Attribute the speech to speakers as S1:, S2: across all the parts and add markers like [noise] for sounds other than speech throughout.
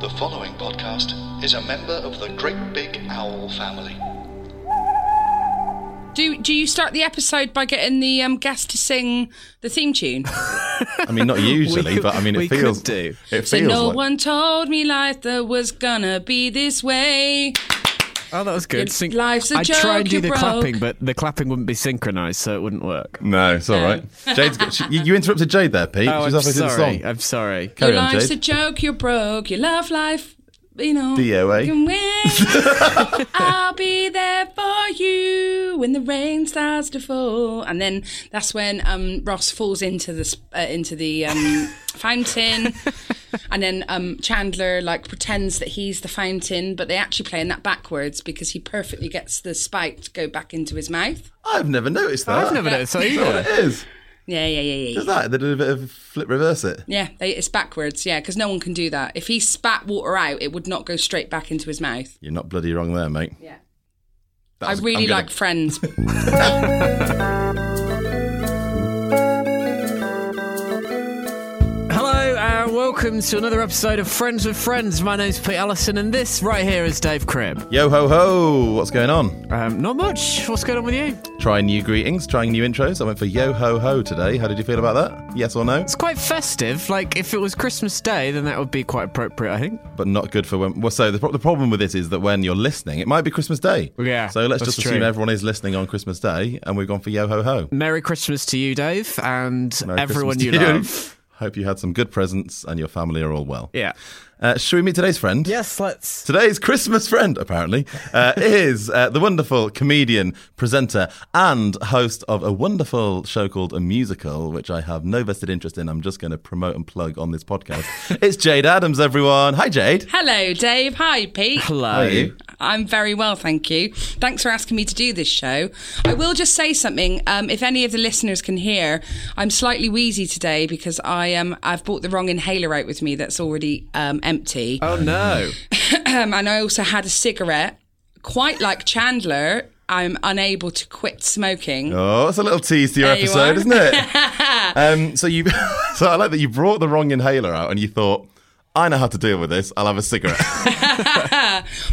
S1: The following podcast is a member of the Great Big Owl family.
S2: Do do you start the episode by getting the um, guest to sing the theme tune?
S3: I mean, not usually,
S4: [laughs] We-
S3: but I mean, it
S4: we could
S3: feels
S4: do.
S3: It feels
S2: so no
S3: like
S2: one told me life that was gonna be this way.
S4: Oh, that was good.
S2: Your life's a
S4: I'd try
S2: joke,
S4: and do
S2: you
S4: the
S2: broke.
S4: clapping, but the clapping wouldn't be synchronized, so it wouldn't work.
S3: no, it's all right. Jade's got, she, you interrupted Jade there, Pete.
S4: Oh,
S3: She's
S4: I'm
S3: halfway through the
S4: sorry.
S3: song.
S4: I'm sorry.
S3: Carry
S2: Your
S3: on,
S2: life's
S3: Jade.
S2: a joke, you're broke. You love life, you know.
S3: DOA.
S2: Can win.
S3: [laughs]
S2: I'll be there for you when the rain starts to fall. And then that's when um, Ross falls into the sp- uh, into the
S3: [laughs]
S2: um, fountain. And then um, Chandler like pretends that he's the fountain, but they actually playing that backwards because he perfectly gets the spike to go back into his mouth.
S3: I've never noticed
S2: Ah.
S3: that.
S4: I've never noticed that
S3: Is that what
S4: either.
S3: it is.
S2: Yeah, yeah, yeah, yeah. yeah.
S3: Is that? They did a bit of flip reverse it.
S2: Yeah, they, it's backwards. Yeah, because no one can do that. If he spat water out, it would not go straight back into his mouth.
S3: You're not bloody wrong there, mate.
S2: Yeah.
S3: That was-
S2: I really
S3: I'm gonna-
S2: like
S3: [laughs]
S2: Friends.
S4: Hello and welcome to another episode of Friends with Friends. My name's Pete Allison, and this right here is Dave Cribb.
S3: Yo ho ho! What's going on?
S4: Um, not much. What's going on with you?
S3: Trying new greetings, trying new intros. I went for yo ho ho today. How did you feel about that? Yes or no?
S4: It's quite festive. Like if it was Christmas Day, then that would be quite appropriate, I think.
S3: But not good for when. Well, so the, pro- the problem with this is that when you're listening, it might be Christmas Day.
S4: Yeah,
S3: So let's
S4: that's
S3: just assume
S4: true.
S3: everyone is listening on Christmas Day, and we've gone for yo ho ho.
S4: Merry Christmas to you, Dave, and
S3: Merry
S4: everyone you
S3: Christmas to [laughs]
S4: love.
S3: Hope you had some good presents and your family are all well.
S4: Yeah.
S3: Uh, should we meet today's friend?
S4: Yes, let's.
S3: Today's Christmas friend, apparently,
S4: [laughs]
S3: uh, is uh, the wonderful comedian, presenter, and host of a wonderful show called A Musical, which I have no vested interest in. I'm just going to promote and plug on this
S4: [laughs]
S3: podcast. it's Jade Adams, everyone. Hi, Jade.
S2: Hello, Dave. Hi, Pete.
S4: Hello.
S3: How are you?
S2: I'm very well, thank you. Thanks for asking me to do this show. I will just say something. Um, if any of the listeners can hear, I'm slightly wheezy today because I um I've bought the wrong inhaler out with me that's already um, empty,
S4: Oh no.
S2: um, and I also had a cigarette. Quite like Chandler, I'm unable to quit smoking.
S3: Oh, that's a little tease to your
S2: There you
S3: episode,
S2: are. [laughs]
S3: isn't it? um, so you, [laughs] so I like that you brought the wrong inhaler out, and you thought, I know how to deal with this. I'll have a cigarette.
S2: [laughs]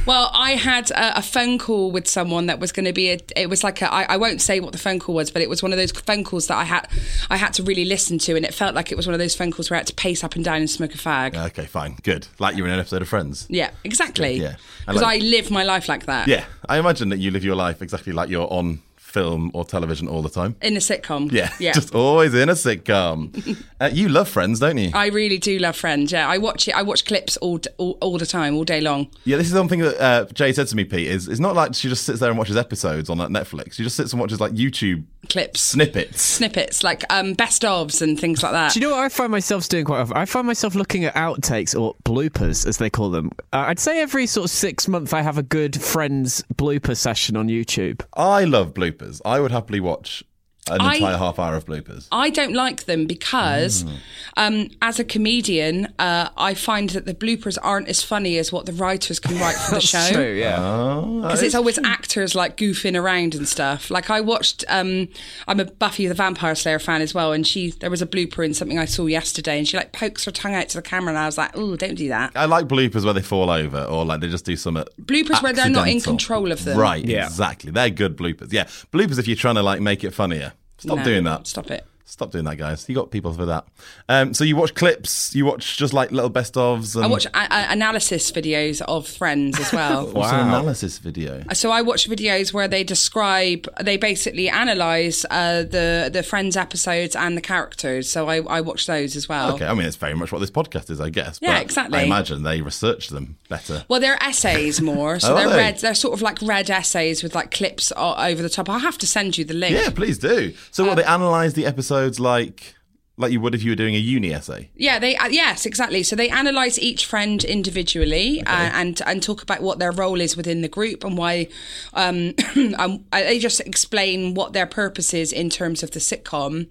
S2: Well, I had a, a phone call with someone that was going to be a. It was like a. I, I won't say what the phone call was, but it was one of those phone calls that I had. I had to really listen to, and it felt like it was one of those phone calls where I had to pace up and down and smoke a fag. Yeah,
S3: okay, fine, good. Like you're in an episode of Friends.
S2: exactly.
S3: Yeah. I
S2: because
S3: like-
S2: I live my life like that.
S3: Yeah, I imagine that you live your life exactly like you're on film or television all the time.
S2: in a sitcom.
S3: Yeah, [laughs]
S2: yeah.
S3: just always in
S2: [laughs]
S3: a sitcom. uh, you love Friends, don't you?
S2: I really do love Friends. Yeah, I watch it. I watch clips all, d- all all the time, all day long.
S3: yeah, this is something that uh, Jay said to me, Pete. Is it's not like she just sits there and watches episodes on like Netflix. She just sits and watches like YouTube
S2: Clips,
S3: snippets.
S2: snippets, like um, best ofs and things like that.
S4: Do you know what I find myself doing quite often? I find myself looking at outtakes or bloopers, as they call them. Uh, I'd say every sort of six month I have a good friends blooper session on YouTube.
S3: I love bloopers. I would happily watch an
S2: I-
S3: entire half hour of bloopers.
S2: I don't like them because,
S3: Hmm.
S2: um, as a comedian, uh, I find that the bloopers aren't as funny as what the writers can write
S3: [laughs]
S2: for the show.
S4: yeah.
S3: Oh, that
S2: Because it's
S3: is-
S2: always actors like goofing around and stuff. Like I watched, um, I'm a Buffy the Vampire Slayer fan as well, and she there was a blooper in something I saw yesterday, and she like pokes her tongue out to the camera, and I was like, oh, don't do that.
S3: I like bloopers where they fall over or like they just do some
S2: Bloopers where they're not in
S3: accidental.
S2: control of them.
S3: Right,
S4: Yeah.
S3: exactly. They're good bloopers. Yeah, bloopers if you're trying to like make it funnier. Stop
S2: No,
S3: doing that.
S2: Stop it.
S3: Stop doing that, guys. You got people for that. Um, so you watch clips, you watch just like little best ofs. And
S2: I watch a- a- analysis videos of friends as
S3: [laughs]
S2: well.
S3: What's an analysis video?
S2: So I watch videos where they describe, they basically analyze uh, the the Friends episodes and the characters. So I, I watch those as well.
S3: Okay, I mean it's very much what this podcast is, I guess.
S2: Oh. Yeah,
S3: but
S2: exactly.
S3: I imagine they research them better.
S2: Well, they're essays more, so
S3: [laughs] Oh, are
S2: they're
S3: they?
S2: red. They're sort of like red essays with like clips o- over the top. I'll have to send you Um, the link.
S3: Yeah, please do. So what they analyse the episodes like like you would if you were doing a uni essay.
S2: Yeah, they uh, yes, exactly. So they analyze each friend individually uh, and and talk about what their role is within the group and why um, [coughs] um uh, they just explain what their purpose is in terms of the sitcom.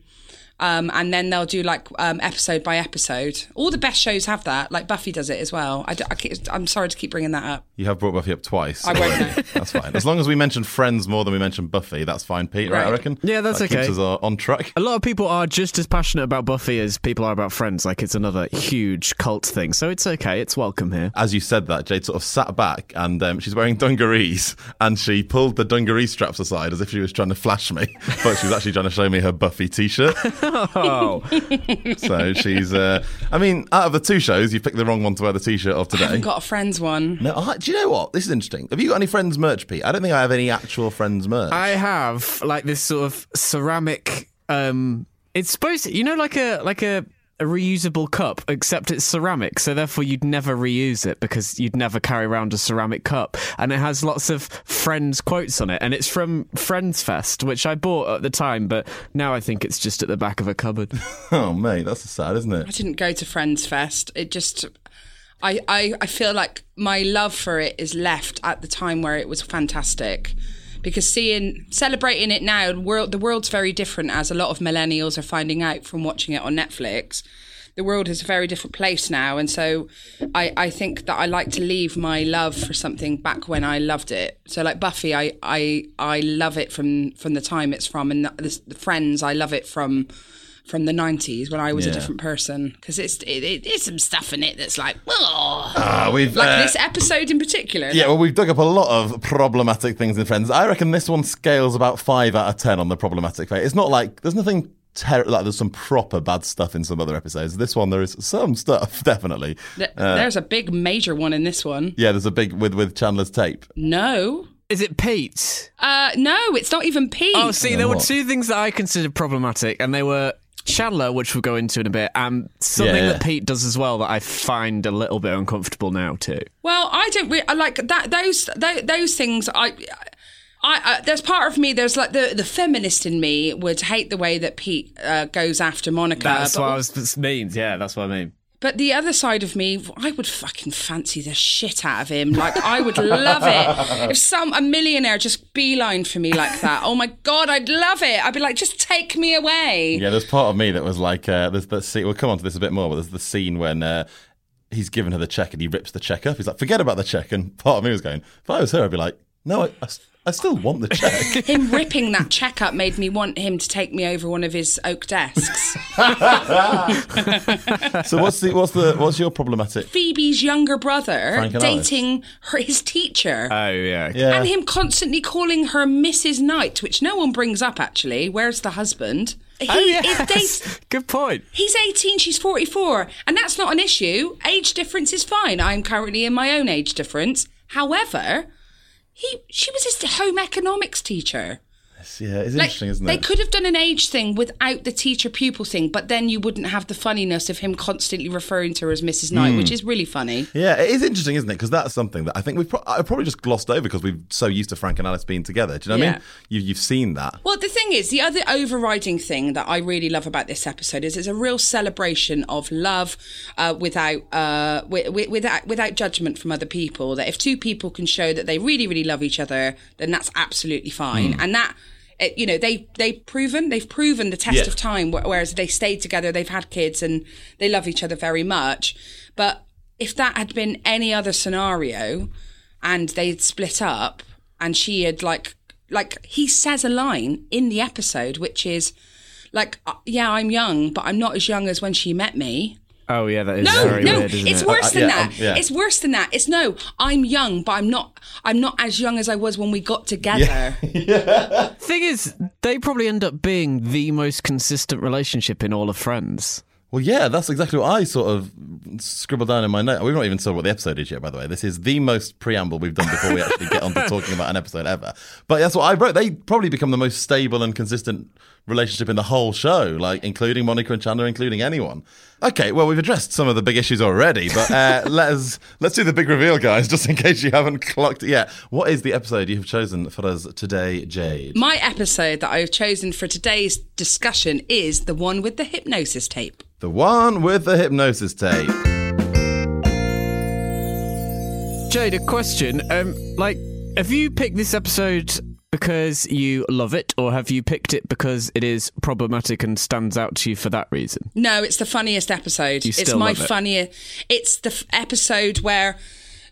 S2: Um, and then they'll do like um, episode by episode. All the best shows have that. Like Buffy does it as well. I, am sorry to keep bringing that up.
S3: You have brought Buffy up twice.
S2: I won't
S3: already.
S2: know.
S3: [laughs] That's fine. As long as we mention Friends more than we mention Buffy, that's fine, Pete. Right, I
S2: Right.
S3: reckon.
S4: Yeah, that's
S3: that
S4: okay.
S3: Keeps us uh, on track.
S4: A lot of people are just as passionate about Buffy as people are about Friends. Like it's another huge cult thing, so it's okay. It's welcome here.
S3: As you said that, Jade sort of sat back and um, she's wearing dungarees and she pulled the dungaree straps aside as if she was trying to flash me, but she was actually trying to show me her Buffy t-shirt.
S4: Oh,
S2: [laughs]
S3: So she's, uh, I mean, out of the two shows, you picked the wrong one to wear the t-shirt of
S2: I
S3: today.
S2: haven't got a friends one.
S3: no, I, do you know what? This is interesting. Have you got any Friends merch, Pete? I don't think I have any actual Friends merch.
S4: I have like this sort of ceramic. um It's supposed, you know, like a like a. A reusable cup, except it's ceramic, so therefore you'd never reuse it because you'd never carry around a ceramic cup. And it has lots of Friends quotes on it, and it's from Friends Fest, which I bought at the time, but now I think it's just at the back of a cupboard.
S3: [laughs]
S4: [laughs]
S3: oh, mate, that's sad, isn't
S2: I
S3: it?
S2: didn't go to Friends Fest. It just, I, I, I feel like my love for it is left at the time where it was fantastic. Because seeing, celebrating it now, the world, the world's very different as a lot of millennials are finding out from watching it on Netflix. The world is a very different place now. And so I, I think that I like to leave my love for something back when I loved it. So like Buffy, I, I, I love it from, from the time it's from. And the, the Friends, I love it from from the 90s when I was a different person because it's it, it, it's some stuff in it that's like oh,
S3: Ah, we've
S2: like
S3: uh,
S2: this episode in particular.
S3: Yeah, well, we've dug up a lot of problematic things in Friends. I reckon this one scales about five out of ten on the problematic fate. It's not like there's nothing ter- like there's some proper bad stuff in some other episodes. This one there is some stuff [laughs] definitely.
S2: Th-
S4: Uh.
S2: there's a big major one in this one.
S3: Yeah, there's a big with with Chandler's tape.
S2: No,
S4: Is it Pete?
S2: uh, no, it's not even Pete.
S4: Oh, see, there were
S3: what?
S4: two things that I considered problematic, and they were Chandler, which we'll go into in a bit, and something
S3: Yeah.
S4: that Pete does as well that I find a little bit uncomfortable now too.
S2: Well, I don't really I like that. Those those, those things, I. I, I, there's part of me, there's like the, the feminist in me would hate the way that Pete uh, goes after Monica.
S4: That's
S2: but
S4: what I was this means. Yeah, that's what I mean.
S2: But the other side of me, I would fucking fancy the shit out of him. Like I would love it if some a millionaire just beeline for me like that. Oh my god, I'd love it. I'd be like, just take me away.
S3: Yeah, there's part of me that was like, uh, there's that scene. We'll come on to this a bit more, but there's the scene when. Uh, He's given her the check and he rips the check up. He's like, forget about the check. And part of me was going, if I was her, I'd be like, no, I, I s- I still want the check. [laughs]
S2: Him ripping that check up made me want him to take me over one of his oak desks.
S3: so what's the what's the what's your problematic?
S2: Phoebe's younger brother
S3: Frank and Alice.
S2: dating her, his teacher.
S4: Oh yeah.
S3: Yeah.
S2: and him constantly calling her Mrs. Knight, which no one brings up actually. Where's the husband? He
S4: Oh
S2: is
S4: yes.
S2: dating
S4: [laughs] Good point.
S2: He's 18, she's 44, and that's not an issue. Age difference is fine. I'm currently in my own age difference. However, he she was his home economics teacher.
S3: Yeah, it's
S2: Like,
S3: interesting, isn't
S2: they
S3: it?
S2: could have done an age thing without the teacher pupil thing, but then you wouldn't have the funniness of him constantly referring to her as Mrs. Knight,
S3: Hmm.
S2: which is really funny.
S3: Yeah, it is interesting, isn't it? Because that's something that I think we've pro- I probably just glossed over because we're so used to Frank and Alice being together. Do you know what I
S2: Yeah.
S3: mean? You, you've seen that.
S2: Well, the thing is, the other overriding thing that I really love about this episode is it's a real celebration of love uh, without, uh, wi- wi- without without judgment from other people. That if two people can show that they really, really love each other, then that's absolutely fine. And that. It, you know they they've proven they've proven the test
S3: Yeah.
S2: of time wh- whereas they stayed together they've had kids and they love each other very much but if that had been any other scenario and they'd split up and she had like like he says a line in the episode which is like uh, yeah i'm young but i'm not as young as when she met me
S4: Oh yeah, that is
S2: No,
S4: very
S2: no,
S4: weird, isn't
S2: it's
S4: it? Uh,
S2: worse than
S3: yeah,
S2: that.
S3: um, yeah.
S2: It's worse than that. It's no, I'm young, but I'm not. I'm not as young as I was when we got together.
S4: Thing is, they probably end up being the most consistent relationship in all of Friends.
S3: Well, yeah, that's exactly what I sort of scribbled down in my note. We've not even saw what the episode is yet, by the way. This is the most preamble we've done before we actually get on to talking about an episode ever. But that's what I wrote. They probably become the most stable and consistent relationship in the whole show, like including Monica and Chandler, including anyone. Okay, well, we've addressed some of the big issues already, but uh, let us let's do the big reveal, guys, just in case you haven't clocked it yet. What is the episode you have chosen for us today, Jade?
S2: My episode that I've chosen for today's discussion is the one with the hypnosis tape.
S3: The one with the hypnosis tape.
S4: Jade, a question. Um, like, have you picked this episode because you love it, or have you picked it because it is problematic and stands out to you for that reason?
S2: No, it's the funniest episode.
S4: You
S2: it's
S4: still
S2: my
S4: love it.
S2: funniest. It's the f- episode where.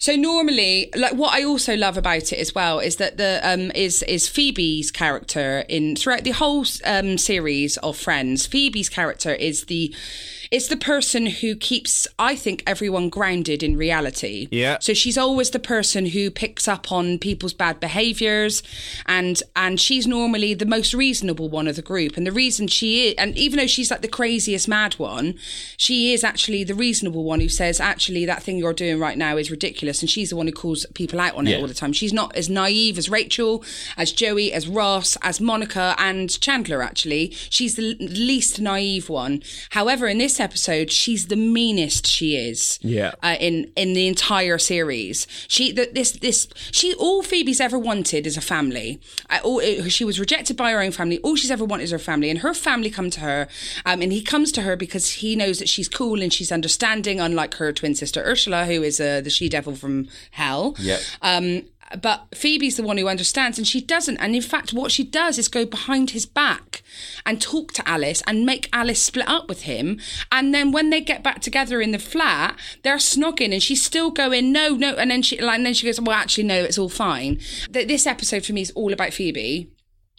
S2: So normally, like what I also love about it as well is that the um is is Phoebe's character in throughout the whole um series of Friends. Phoebe's character is the is the person who keeps I think everyone grounded in reality.
S4: Yeah.
S2: So she's always the person who picks up on people's bad behaviors and and she's normally the most reasonable one of the group and the reason she is and even though she's like the craziest mad one she is actually the reasonable one who says actually that thing you're doing right now is ridiculous and she's the one who calls people out on it
S3: Yeah.
S2: all the time she's not as naive as Rachel as Joey as Ross as Monica and Chandler actually she's the l- least naive one however in this episode she's the meanest she is
S4: Yeah.
S2: uh, in in the entire series. She th this this she all Phoebe's ever wanted is a family. Uh, all, uh, she was rejected by her own family. All she's ever wanted is her family, and her family come to her, um, and he comes to her because he knows that she's cool and she's understanding, unlike her twin sister Ursula, who is uh, the she devil from hell. Yeah. Um, but Phoebe's the one who understands, and she doesn't. And in fact, what she does is go behind his back and talk to Alice and make Alice split up with him. And then when they get back together in the flat, they're snogging, and she's still going, "No, no." And then she, like, and then she goes, "Well, actually, no, it's all fine." Th- This episode for me is all about Phoebe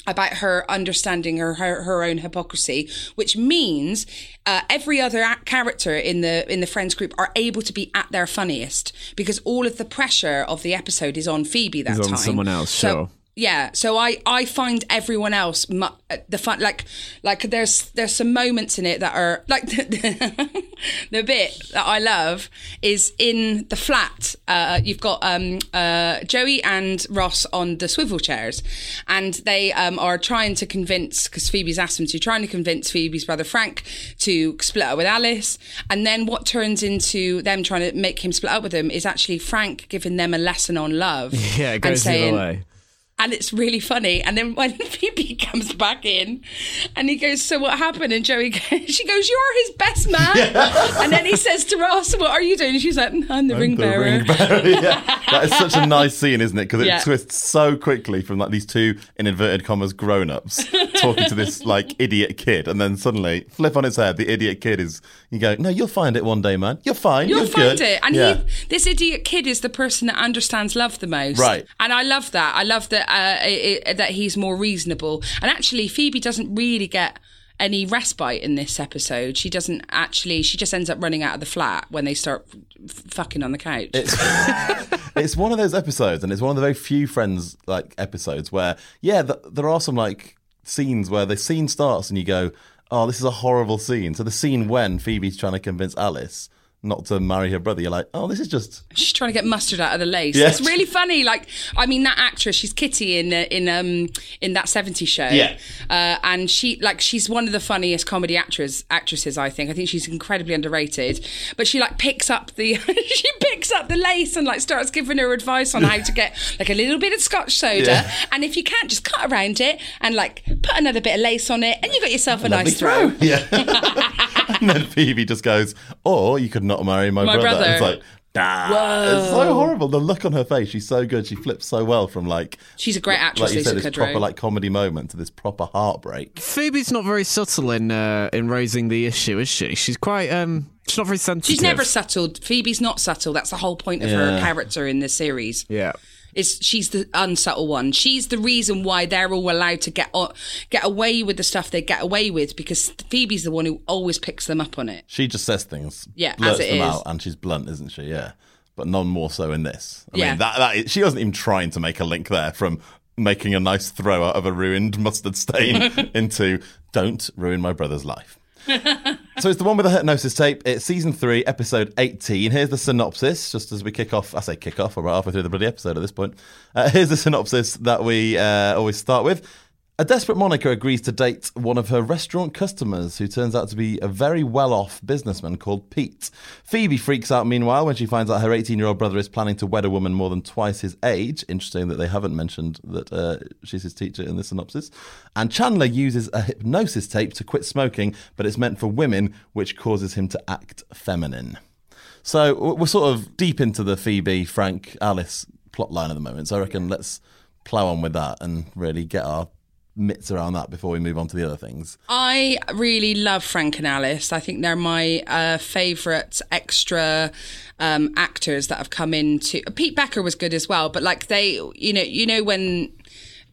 S2: about her understanding her her, her own hypocrisy, which means uh, every other act- character in the in the friends group are able to be at their funniest because all of the pressure of the episode is on Phoebe that
S4: Is on
S2: time.
S4: someone else,
S2: So-
S4: sure.
S2: yeah, so I I find everyone else mu- uh, the fun like like there's there's some moments in it that are like [laughs] the, the, bit that I love is in the flat. Uh, you've got um uh Joey and Ross on the swivel chairs, and they um are trying to convince because Phoebe's asked them to trying to convince Phoebe's brother Frank to split up with Alice, and then what turns into them trying to make him split up with them is actually Frank giving them a lesson on love.
S4: [laughs] [laughs] Yeah, it
S2: and
S4: goes the
S2: saying-
S4: other way.
S2: and it's really funny. And then when [laughs] Phoebe comes back in, and he goes, "So what happened?" And Joey, goes, [laughs] she goes, "You're his best man." [laughs] And then he says to Ross, "What are you doing?" And she's like, "I'm the ring
S3: The
S2: bearer."
S3: ring
S2: [laughs]
S3: bearer, yeah. That is such a nice scene, isn't it? Because it
S2: Yeah.
S3: twists so quickly from like these two in inverted commas grown ups talking to this
S2: [laughs]
S3: like idiot kid, and then suddenly flip on its head. The idiot kid is you go, no, you'll find it one day, man. You're fine.
S2: You'll
S3: you're
S2: find
S3: good."
S2: it. And [laughs]
S3: yeah. [laughs]
S2: he, this idiot kid is the person that understands love the most.
S3: Right.
S2: And I love that. I love that uh, it, it- that he's more reasonable. And actually, Phoebe doesn't really get any respite in this episode. She doesn't actually. She just ends up running out of the flat when they start f- fucking on the couch.
S3: it's one of those episodes, and it's one of the very few Friends like episodes where, yeah, th- there are some like scenes where the scene starts and you go, "Oh, this is a horrible scene." So the scene when Phoebe's trying to convince Alice not to marry her brother, you're like, "Oh, this is just."
S2: She's trying to get mustard out of the lace.
S3: Yeah.
S2: It's really funny. Like, I mean, that actress, she's Kitty in uh, in um in that 70s show.
S3: Yeah.
S2: Uh, and she like she's one of the funniest comedy actors actresses. I think. I think she's incredibly underrated. But she like picks up the [laughs] she picks up the lace and like starts giving her advice on how to get like a little bit of Scotch soda.
S3: Yeah.
S2: And if you can't, just cut around it and like put another bit of lace on it, and you got yourself a nice throw.
S3: Yeah. [laughs] and then Phoebe just goes, "Or you could not marry my,
S2: My
S3: brother." And It's
S2: brother.
S3: like, ah, it's so horrible. The look on her face. She's so good. She flips so well from like,
S2: She's a great actress,
S3: like you said,
S2: Lisa
S3: this
S2: Kudrow.
S3: proper like comedy moment to this proper heartbreak.
S4: Phoebe's not very subtle in uh, in raising the issue, is she? She's quite um, she's not very sensitive.
S2: She's never subtle. Phoebe's not subtle. That's the whole point of her character in this series.
S4: Yeah.
S2: is she's the unsubtle one. She's the reason why they're all allowed to get o- get away with the stuff they get away with because Phoebe's the one who always picks them up on it.
S3: She just says things,
S2: Yeah, as
S3: blurts
S2: it
S3: them
S2: is.
S3: out, and she's blunt, isn't she? Yeah, but none more so in this. I
S2: Yeah.
S3: mean, that, that is, she wasn't even trying to make a link there from making a nice throw out of a ruined mustard stain into "Don't ruin my brother's life." [laughs] so it's the one with the hypnosis tape. It's season three, episode 18. Here's the synopsis, just as we kick off. I say kick off, we're right halfway through the bloody episode at this point. Uh, here's the synopsis that we uh, always start with. A desperate Monica agrees to date one of her restaurant customers, who turns out to be a very well off businessman called Pete. Phoebe freaks out, meanwhile, when she finds out her 18 year old brother is planning to wed a woman more than twice his age. Interesting that they haven't mentioned that uh, she's his teacher in the synopsis. And Chandler uses a hypnosis tape to quit smoking, but it's meant for women, which causes him to act feminine. So w- we're sort of deep into the Phoebe, Frank, Alice plot line at the moment. So I reckon let's plough on with that and really get our mitts around that before we move on to the other things.
S2: I really love Frank and Alice. I think they're my uh, favourite extra um, actors that have come in to. Pete Becker was good as well, but like they, you know, you know when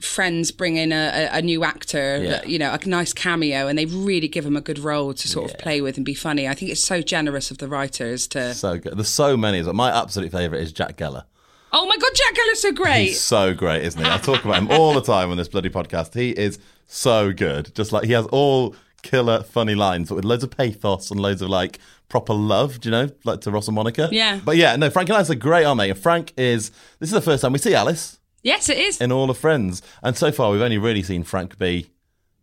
S2: friends bring in a, a, a new actor, that, you know, a nice cameo, and they really give him a good role to sort of play with and be funny. I think it's so generous of the writers to.
S3: So good. There's so many. But my absolute favourite is Jack Geller.
S2: Oh my God, Jack Ellis so great.
S3: He's so great, isn't he? I talk about him all the time on this bloody podcast. He is so good. Just like he has all killer funny lines, but with loads of pathos and loads of like proper love, do you know? Like to Ross and Monica.
S2: Yeah.
S3: But yeah, no, Frank and Alice are great, aren't they? And Frank is this is the first time we see Alice
S2: yes, it is.
S3: in all of Friends. And so far we've only really seen Frank be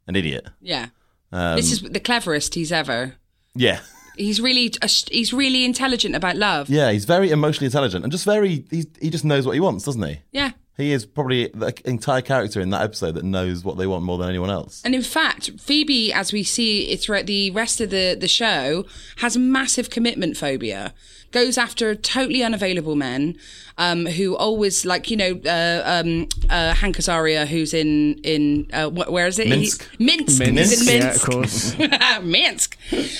S3: an idiot.
S2: yeah.
S3: Um,
S2: this is the cleverest he's ever.
S3: Yeah.
S2: He's really uh, he's really intelligent about love.
S3: Yeah, he's very emotionally intelligent and just very he's, he just knows what he wants, doesn't he?
S2: yeah.
S3: He is probably the entire character in that episode that knows what they want more than anyone else.
S2: And in fact, Phoebe, as we see it throughout the rest of the, the show, has massive commitment phobia. Goes after totally unavailable men um, who always, like, you know, uh, um, uh, Hank Azaria, who's in, in uh, wh- where is it?
S3: Minsk.
S2: He- Minsk. He's
S4: Minsk,
S2: in
S4: yeah, of
S2: Minsk.
S4: course.
S2: Minsk.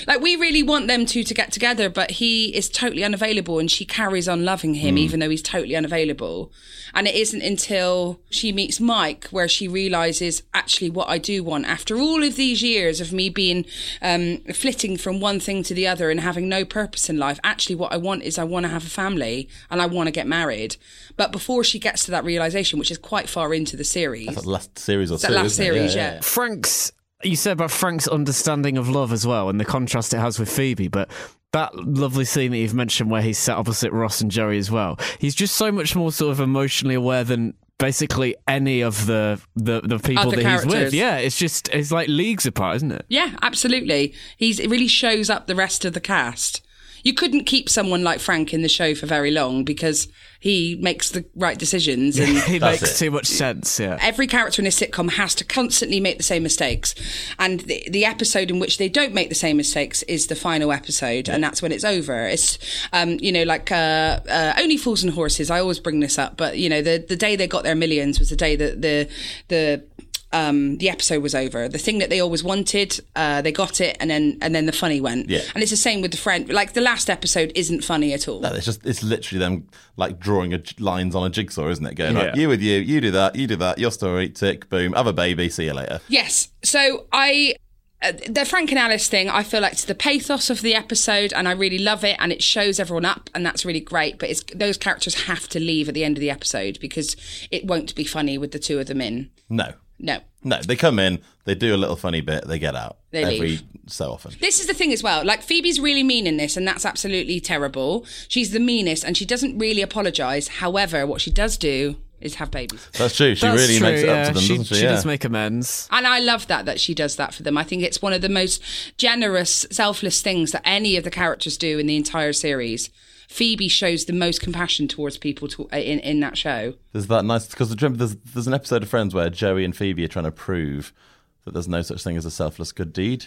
S2: Like, we really want them two to get together, but he is totally unavailable and she carries on loving him, even though he's totally unavailable. And it isn't until she meets Mike where she realizes actually what I do want. After all of these years of me being um, flitting from one thing to the other and having no purpose in life, actually what I want is I want to have a family and I want to get married. But before she gets to that realization, which is quite far into the series,
S3: That's the last series or
S2: that
S3: two,
S2: last
S3: isn't it?
S2: series, yeah.
S4: Frank's you said about Frank's understanding of love as well and the contrast it has with Phoebe, but that lovely scene that you've mentioned where he's sat opposite Ross and Joey as well. He's just so much more sort of emotionally aware than basically any of the the, the people
S2: Other
S4: that he's
S2: characters.
S4: with. Yeah, it's just it's like leagues apart, isn't it?
S2: Yeah, absolutely. He's it really shows up the rest of the cast. You couldn't keep someone like Frank in the show for very long because he makes the right decisions and
S3: [laughs]
S4: He
S3: That's
S4: makes
S3: it.
S4: too much sense, yeah.
S2: every character in a sitcom has to constantly make the same mistakes and the, the episode in which they don't make the same mistakes is the final episode and that's when it's over it's um, you know like uh, uh, only fools and horses i always bring this up but you know the, the day they got their millions was the day that the the um, the episode was over. The thing that they always wanted, uh, they got it, and then and then the funny went.
S3: Yeah.
S2: And it's the same with the friend. Like the last episode isn't funny at all.
S3: No, it's just it's literally them like drawing a, j- lines on a jigsaw, isn't it? Going right,
S4: Yeah.
S3: you with you, you do that, you do that, your story, tick, boom, have a baby, see you later.
S2: Yes. So I. Uh, the Frank and Alice thing, I feel like it's the pathos of the episode, and I really love it, and it shows everyone up, and that's really great. But it's those characters have to leave at the end of the episode because it won't be funny with the two of them in.
S3: No,
S2: No,
S3: no, they come in, they do a little funny bit, they get out
S2: They
S3: every
S2: leave.
S3: so often.
S2: This is the thing as well. Like Phoebe's really mean in this, and that's absolutely terrible. She's the meanest, and she doesn't really apologise. However, what she does do is have babies,
S3: That's true. She
S4: That's
S3: really
S4: true,
S3: makes it
S4: yeah.
S3: up to them,
S4: she,
S3: doesn't she?
S4: she
S3: yeah.
S4: does make amends.
S2: and I love that that she does that for them. I think it's one of the most generous, selfless things that any of the characters do in the entire series. Phoebe shows the most compassion towards people to, uh, in in that show.
S3: There's that nice because remember there's there's an episode of Friends where Joey and Phoebe are trying to prove that there's no such thing as a selfless good deed.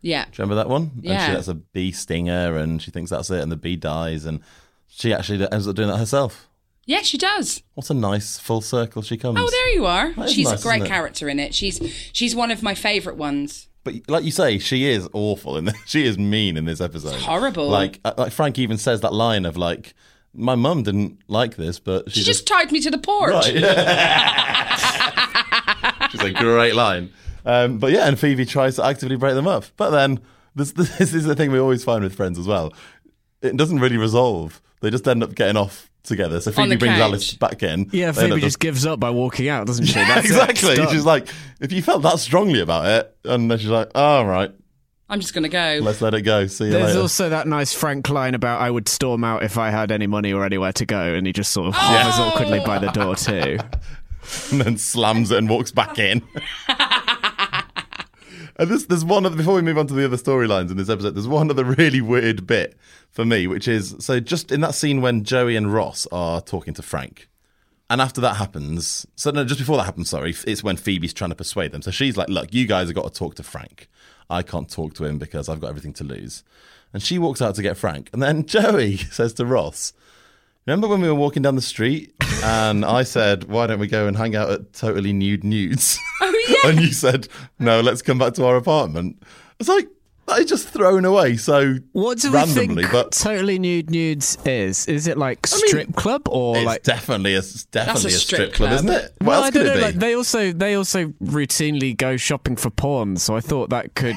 S2: Yeah,
S3: Do you remember that one? And
S2: Yeah.
S3: she lets a bee stinger, and she thinks that's it, and the bee dies, and she actually ends up doing that herself.
S2: yeah, she does.
S3: What a nice full circle she comes.
S2: Oh, there you
S3: That
S2: are.
S3: is
S2: She's
S3: nice,
S2: a great
S3: isn't it? [laughs] uh, my mum didn't like this, but she,
S2: She just tied me to the porch.
S3: Right. [laughs] Which is a great line. Um, but yeah, and Phoebe tries to actively break them up. But then this, [laughs] this is the thing we always find with friends as well. It doesn't really resolve. They just end up getting off together. So
S2: On
S3: Phoebe
S2: the
S3: brings
S2: couch.
S3: Alice back in.
S4: Yeah,
S3: They end
S4: Phoebe
S3: up [laughs]
S4: just gives up by walking out, doesn't she? [laughs] That's it.
S3: exactly.
S4: It's done.
S3: She's like, if you felt that strongly about it, and then she's like, all right,
S2: I'm just gonna go.
S3: let's let it go. See you
S4: There's
S3: later.
S4: also that nice Frank line about I would storm out if I had any money or anywhere to go, and he just sort of hovers awkwardly by the door [laughs] too.
S3: and then slams it and walks back in. and this, there's one other, before we move on to the other storylines in this episode, there's one other really weird bit for me, which is so just in that scene when Joey and Ross are talking to Frank. And after that happens, so no, just before that happens, sorry, it's when Phoebe's trying to persuade them. So she's like, look, you guys have got to talk to Frank. I can't talk to him because I've got everything to lose. And she walks out to get Frank. And then [laughs] Joey says to Ross, Remember when we were walking down the street and I said, why don't we go and hang out at Totally Nude Nudes?
S2: [laughs] Oh yeah.
S3: and you said, no, let's come back to our apartment. It's like, that is just thrown away. So
S4: What do
S3: randomly,
S4: we think
S3: but
S4: totally nude nudes is? Is it like
S3: mean,
S4: strip club or
S3: it's
S4: like?
S3: definitely a, it's definitely a
S2: strip
S3: strip, club,
S2: club.
S3: isn't it? What
S4: well,
S3: else
S4: I
S3: could
S4: don't
S3: it
S4: know.
S3: be?
S4: Like they also they also routinely go shopping for porn, so I thought that
S3: [laughs]
S4: could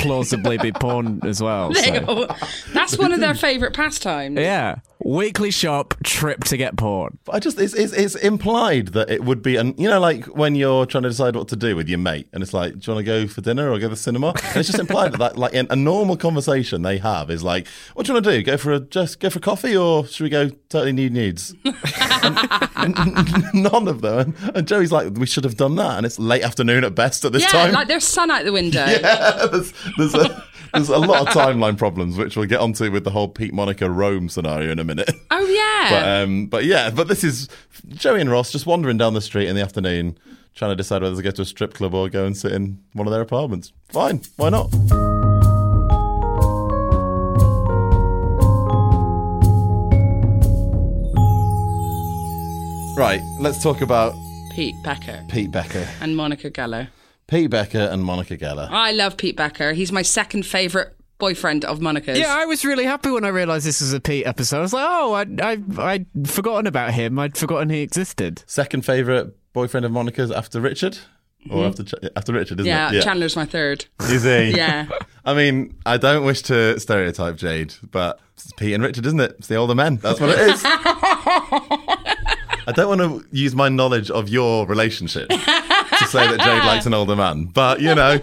S4: plausibly be porn as well.
S2: There you
S4: so-
S2: go. That's one of their favourite pastimes.
S4: Yeah, weekly shop trip to get porn.
S3: But I just it's, it's it's implied that it would be an you know like when you're trying to decide what to do with your mate and it's like do you want to go for dinner or go to the cinema and it's just implied that, that like in a normal conversation they have is like what do you want to do go for a just go for coffee or should we go totally nude nudes [laughs] And- and none of them and, and Joey's like we should have done that and it's late afternoon at best at [laughs] this
S2: Yeah,
S3: time
S2: like there's sun out the window.
S3: [laughs] yeah, there's, there's, a, there's a lot of timeline problems which we'll get onto with the whole Pete Monica Rome scenario in a minute. [laughs]
S2: Oh yeah.
S3: But um, but yeah, but this is Joey and Ross just wandering down the street in the afternoon, trying to decide whether to go to a strip club or go and sit in one of their apartments. Fine, why not? Right, let's talk about
S2: Pete Becker
S3: Pete Becker,
S2: and Monica Gallo.
S3: Pete Becker, and Monica Geller.
S2: I love Pete Becker. He's my second favourite boyfriend of Monica's.
S4: Yeah, I was really happy when I realised this was a Pete episode. I was like, oh, I, I, I'd forgotten about him. I'd forgotten he existed.
S3: Second favorite boyfriend of Monica's after Richard, or after Ch- after Richard, isn't
S2: Mm-hmm. yeah,
S3: it?
S2: Chandler's my third.
S3: Is
S2: [laughs]
S3: he?
S2: Yeah.
S3: I mean, I don't wish to stereotype Jade, but it's Pete and Richard, isn't it? It's the older men. That's what
S2: [laughs]
S3: it is. I don't want to use my knowledge of your relationship to say that Jade likes an older man, but you know.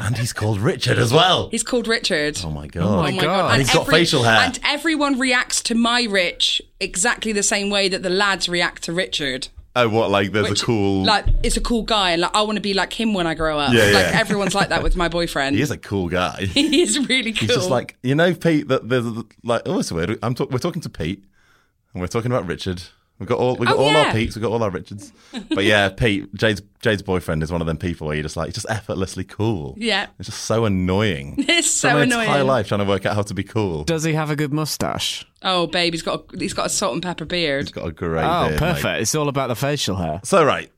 S3: And he's called Richard as well.
S2: He's called Richard.
S3: Oh my god. Oh
S4: my God.
S3: And he's got facial hair.
S2: And everyone reacts to my Rich exactly the same way that the lads react to Richard.
S3: Oh, what? Like, there's
S2: Which,
S3: a cool.
S2: Like, it's a cool guy, and like, I want to be like him when I grow up.
S3: Yeah,
S2: like,
S3: yeah.
S2: everyone's like that with
S3: [laughs]
S2: my boyfriend.
S3: he is a cool guy.
S2: [laughs] He is really cool.
S3: He's just like, you know, Pete. That there's like, oh, it's weird. I'm talk- we're talking to Pete, and we're talking about Richard. We've got all we have got
S2: Oh,
S3: all
S2: yeah.
S3: our Petes, we've got all
S2: [laughs]
S3: our Richards. But yeah, Pete, Jade's Jade's boyfriend is one of them people where you're just like, he's just effortlessly cool.
S2: Yeah.
S3: it's just so annoying.
S2: [laughs] It's so
S3: Spend my
S2: annoying.
S3: Entire life trying to work out how to be cool.
S4: Does he have a good mustache?
S2: oh, babe, he's got a, he's got a salt and pepper beard.
S3: He's got a great.
S4: Oh,
S3: beard, mate.
S4: perfect. It's all about the facial hair.
S3: So right,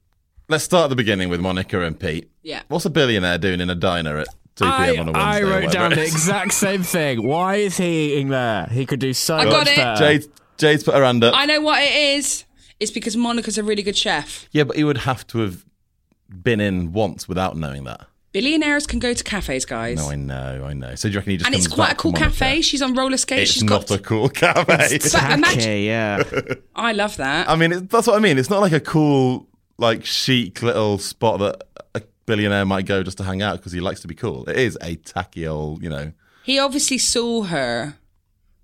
S3: let's start at the beginning with Monica and Pete.
S2: Yeah.
S3: What's a billionaire doing in a diner at two p.m.
S4: I,
S3: on a Wednesday?
S4: I
S3: or
S4: wrote
S3: whatever
S4: down
S3: it
S4: the
S3: is?
S4: exact same thing. Why is he eating there? He could do so
S2: I got
S4: much
S2: it.
S4: better.
S3: Jade, Jade's put her hand up.
S2: I know what it is. It's because Monica's a really good chef.
S3: Yeah, but he would have to have been in once without knowing that.
S2: Billionaires can go to cafes, guys.
S3: No, I know, I know. So do you reckon he just
S2: and it's
S3: comes
S2: quite a
S3: back
S2: cool
S3: from Monaco?
S2: cafe. She's on roller skates.
S3: It's
S2: She's
S3: not
S2: got.
S3: a cool cafe.
S2: But imagine-
S4: Tacky, yeah.
S2: I love that.
S3: [laughs] I mean, it, that's what I mean. It's not like a cool, like chic little spot that a billionaire might go just to hang out because he likes to be cool. It is a tacky old, you know.
S2: he obviously saw her,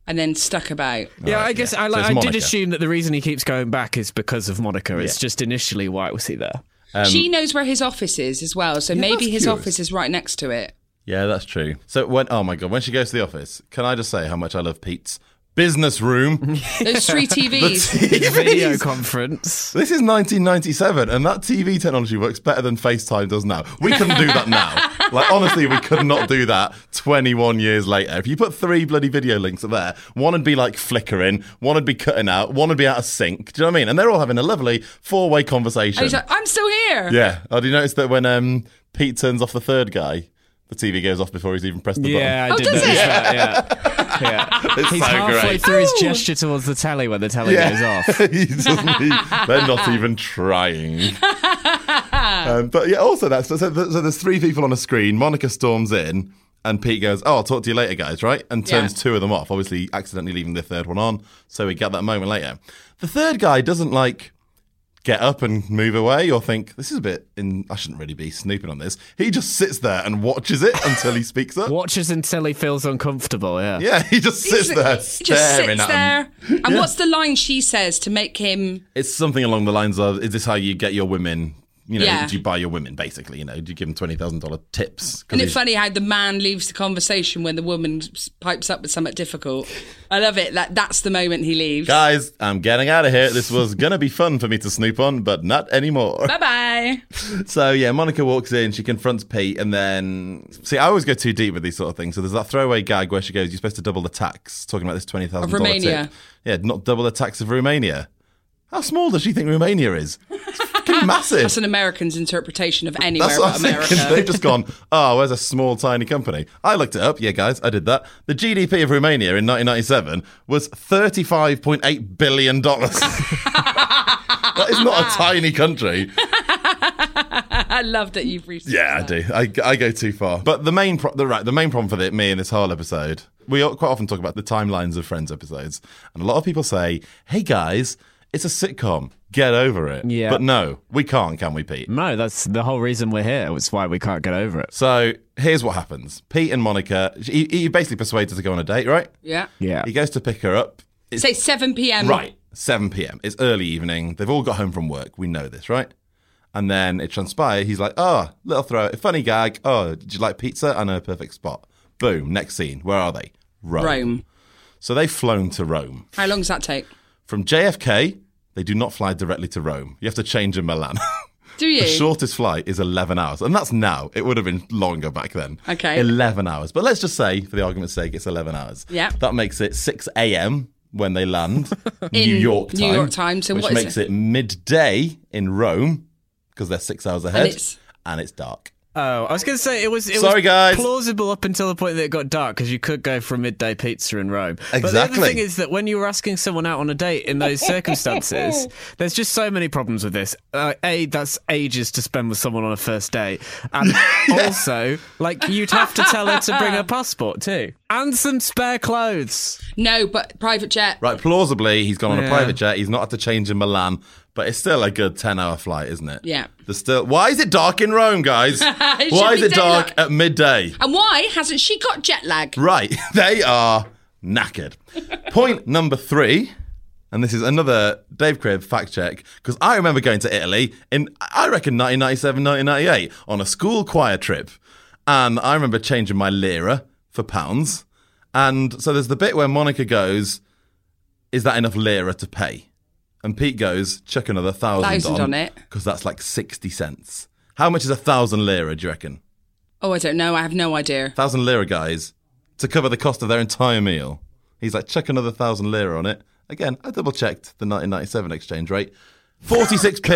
S2: and then stuck about.
S4: yeah, I guess I,
S3: So
S4: like,
S3: it's
S4: I did
S3: Monica.
S4: assume that the reason he keeps going back is because of Monica. It's just initially why was
S3: [laughs]
S4: he there?
S2: she knows where his office is as well, so maybe
S3: Um, that's
S2: his
S3: curious.
S2: office is right next to
S3: [laughs]
S2: it.
S3: Yeah, that's true. So when, oh my god, when she goes to the office, can I just say how much I love Pete's business room?
S2: Those
S3: [laughs]
S2: three TVs.
S4: Video conference.
S3: This is 1997, and that TV technology works better than FaceTime does now. We couldn't do that now. Like, honestly, we could not do that 21 years later. If you put three bloody video links up there, one would be like flickering, one would be cutting out, one would be out of sync. Do you know what I mean? And they're all having a lovely four way
S2: And
S3: conversation.
S2: he's like, I'm still here.
S3: yeah. Oh, do you notice that when um, Pete turns off the third guy, The TV goes off before he's even pressed the
S4: yeah, I
S2: Oh,
S4: did
S2: does
S4: notice
S2: it?
S4: that. Yeah, yeah.
S3: button. [laughs] It's
S4: He's
S3: so
S4: halfway
S3: great.
S4: through his gesture towards the telly when the telly goes off.
S3: [laughs] He doesn't- he- they're not even
S2: [laughs]
S3: trying. um, but yeah, also that's so, so there's three people on a screen. Monica storms in, and Pete goes, "Oh, I'll talk to you later, guys." Right, and turns
S2: Yeah.
S3: two of them off. Obviously, accidentally leaving the third one on. So we get that moment later. The third guy doesn't like get up and move away or think this is a bit in I shouldn't really be snooping on this. He just sits there and watches it [laughs] until he speaks up.
S4: Watches until he feels uncomfortable. Yeah.
S3: Yeah, he just sits there
S2: He
S3: staring
S2: just sits
S3: at him.
S2: there. And what's the line she says to make him?
S3: It's something along the lines of, "Is this how you get your women? You know,
S2: Yeah.
S3: do you buy your women? Basically, you know, do you give them twenty thousand dollar tips?" 'Cause
S2: Isn't it
S3: he's-
S2: funny how the man leaves the conversation when the woman s- pipes up with something difficult? I love it. That that's the moment he leaves. Bye
S3: Guys, I'm getting out of here. This was gonna be fun for me to snoop on, but not anymore.
S2: bye.
S3: [laughs] So yeah, Monica walks in, she confronts Pete, and then see, I always go too deep with these sort of things. So there's that throwaway gag where she goes, "You're supposed to double the tax," talking about this twenty thousand
S2: Of
S3: dollar
S2: Romania.
S3: tip. Yeah, not double the tax of Romania. How small does she think Romania is? It's fucking massive.
S2: [laughs] That's an American's interpretation of anywhere
S3: That's what
S2: but
S3: I'm thinking. [laughs] They've
S2: America.
S3: just gone, oh, where's a small, tiny company? I looked it up. Yeah, guys, I did that. The GDP of Romania in 1997 was $35.8 billion. [laughs] that is not
S2: [laughs]
S3: a tiny country.
S2: I love that you've researched.
S3: Yeah, I
S2: that.
S3: do. I, I go too far. But the main, pro- the, right, the main problem for the, me in this whole episode, we all- quite often talk about the timelines of Friends episodes. And a lot of people say, hey, guys, it's a sitcom. Get over it.
S4: Yeah.
S3: But no, we can't, can we, Pete?
S4: No, that's the whole reason we're here. It's why we can't get over it.
S3: So here's what happens. Pete and Monica, he, he basically persuades her to go on a date, right?
S2: Yeah.
S4: Yeah.
S3: He goes to pick her up. It's
S2: Say 7 p.m.
S3: right, 7 p.m. It's early evening. They've all got home from work. We know this, right? And then it transpires. He's like, oh, little throw, funny gag. Oh, did you like pizza? I know a perfect spot. Boom. Next scene. Where are they? Rome.
S2: Rome.
S3: So they've flown to Rome.
S2: How long does that take?
S3: From JFK, they do not fly directly to Rome. You have to change in Milan. [laughs]
S2: Do you?
S3: The shortest flight is 11 hours. And that's now. It would have been longer back then.
S2: Okay.
S3: 11 hours. But let's just say, for the argument's sake, it's 11 hours.
S2: Yeah.
S3: That makes it 6 a.m. when
S2: [laughs]
S3: they land, New
S2: In
S3: York time.
S2: New York time, so
S3: which
S2: what is
S3: makes
S2: it?
S3: it? midday in Rome because they're six hours ahead.
S2: it's-
S3: and it's dark.
S4: Oh, I was going to say it was. It
S3: Sorry,
S4: was
S3: guys.
S4: Plausible up until the point that it got dark because you could go for a midday pizza in Rome. But the
S3: Exactly.
S4: other thing is that when you were asking someone out on a date in
S3: [laughs]
S4: those circumstances, there's just so many problems with this. Uh, a, that's ages to spend with someone on a first date,
S3: [laughs]
S4: and also like you'd have to tell her to bring her passport too and some spare clothes.
S2: No, but private jet.
S3: Right, plausibly, he's gone on a
S4: Yeah.
S3: private jet. He's not had to change in Milan, but it's still a good 10 hour flight, isn't it?
S2: Yeah.
S3: There's still. Why is it dark in Rome,
S2: [laughs]
S3: guys? Why
S2: should
S3: is
S2: be
S3: it dark
S2: daylight.
S3: at midday?
S2: And why hasn't she got jet lag?
S3: Right, [laughs] they are
S2: [laughs]
S3: knackered. Point number three, and this is another Dave Crib fact check, because I remember going to Italy in, I reckon, 1997, 1998, on a school choir trip. And I remember changing my lira for pounds. And so there's the bit where Monica goes, Is that enough lira to pay? And Pete goes, Chuck another thousand,
S2: Thousand on it.
S3: Because that's like 60 cents. How much is a thousand lira, do you reckon?
S2: Oh, I don't know. I have no idea.
S3: thousand lira guys to cover the cost of their entire meal. He's like, chuck another thousand lira on it. Again, I double checked the 1997 exchange rate.
S2: [laughs]
S3: 46p.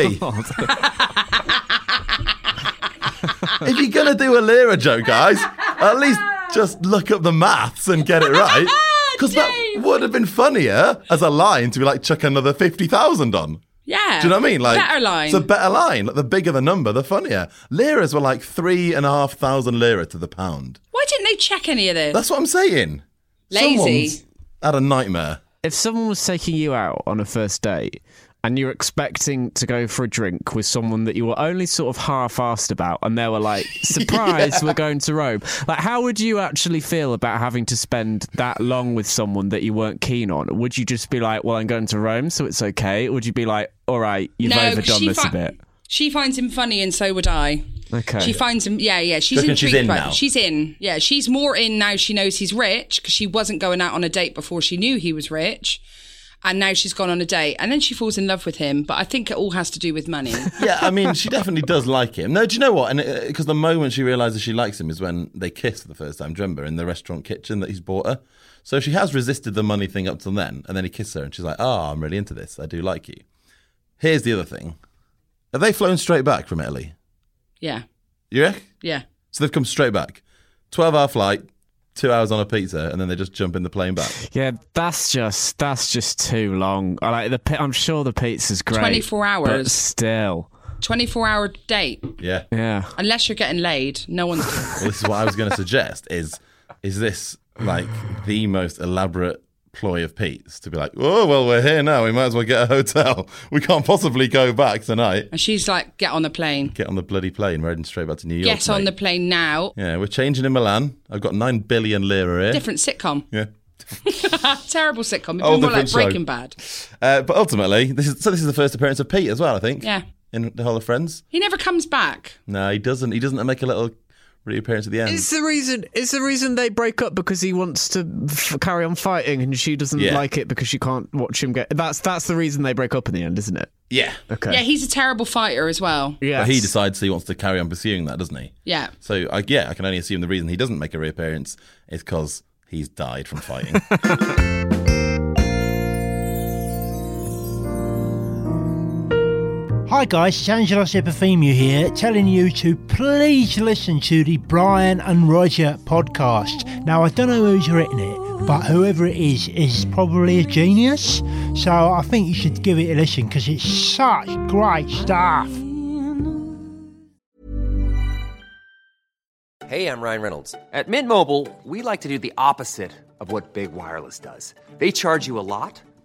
S3: if you're going to do a lira joke, guys, at least just look up the maths and get it
S2: [laughs]
S3: right. Because that
S2: Dave.
S3: would have been funnier as a line to be like, chuck another 50,000 on.
S2: Yeah.
S3: Do you know what I mean? Like
S2: better line.
S3: It's a better line. Like the bigger the number, the funnier. Liras were like three and a half thousand lira to the pound.
S2: why didn't they check any of this?
S3: That's what I'm saying.
S2: Lazy.
S3: Someone's had a nightmare.
S4: if someone was taking you out on a first date and you're expecting to go for a drink with someone that you were only sort of half-assed about and they
S2: [laughs]
S4: were like surprise we're going to rome like how would you actually feel about having to spend that long with someone that you weren't keen on would you just be like well i'm going to rome so it's okay would you be like all right you've
S2: no,
S4: overdone
S2: she
S4: this
S2: fi-
S4: a bit
S2: She finds him funny, and so would I.
S4: okay
S2: She finds him. Yeah, yeah. She's
S3: Reckon
S2: intrigued
S3: she's in
S2: by
S3: now?
S2: it. She's in. Yeah, she's more in now. She knows he's rich because she wasn't going out on a date before she knew he was rich, and now she's gone on a date, and then she falls in love with him. But I think it all has to do with
S3: [laughs]
S2: money.
S3: Yeah, I mean, she definitely does like him. No, do you know what? And because the moment she realizes she likes him is when they kiss for the first time. Do you remember in the restaurant kitchen that he's bought her. So she has resisted the money thing up till then, and then he kisses her, and she's like, "Oh, I'm really into this. I do like you." Here's the other thing: Have they flown straight back from Italy?
S2: yeah,
S3: You reckon?
S2: yeah.
S3: So they've come straight back. 12 hour flight, two hours on a pizza, and then they just jump in the plane back.
S4: Yeah, that's just that's just too long. I like the. pi- I'm sure the pizza's great.
S2: 24
S4: but
S2: hours.
S4: still.
S2: 24 hour date.
S3: Yeah.
S4: Yeah.
S2: Unless you're getting laid, no one's.
S3: Well, this is what I was going to suggest is is this like the most elaborate ploy of Pete's to be like, oh, well, we're here now. We might as well get a hotel. We can't possibly go back tonight.
S2: and she's like, get on the plane.
S3: Get on the bloody plane. We're heading straight back to New York.
S2: Get on
S3: mate.
S2: the plane now.
S3: Yeah, we're changing in Milan. I've got nine billion lira here.
S2: Different sitcom.
S3: Yeah.
S2: Terrible sitcom. It'd
S3: Oh,
S2: be more like
S3: different show.
S2: Breaking Bad.
S3: Uh, but ultimately, this is so. This is the first appearance of Pete as well, I think.
S2: Yeah.
S3: In the whole of Friends.
S2: He never comes back.
S3: No, he doesn't. He doesn't make a little reappearance at the end.
S4: Is the reason is the reason they break up because he wants to f- carry on fighting and she doesn't
S3: Yeah.
S4: like it because she can't watch him get that's that's the reason they break up in the end, isn't it?
S3: yeah.
S4: Okay.
S2: Yeah, he's a terrible fighter as well.
S4: Yes.
S3: But he decides he wants to carry on pursuing that, doesn't he?
S2: Yeah.
S3: So I, yeah, I can only assume the reason he doesn't make a reappearance is because he's died from fighting.
S5: Hi guys, Sangelos Epifemia here, telling you to please listen to the Brian and Roger podcast. Now, I don't know who's written it, but whoever it is is probably a genius. So I think you should give it a listen because it's such great stuff.
S6: Hey, I'm Ryan Reynolds. At Mint Mobile, we like to do the opposite of what Big Wireless does. They charge you a lot,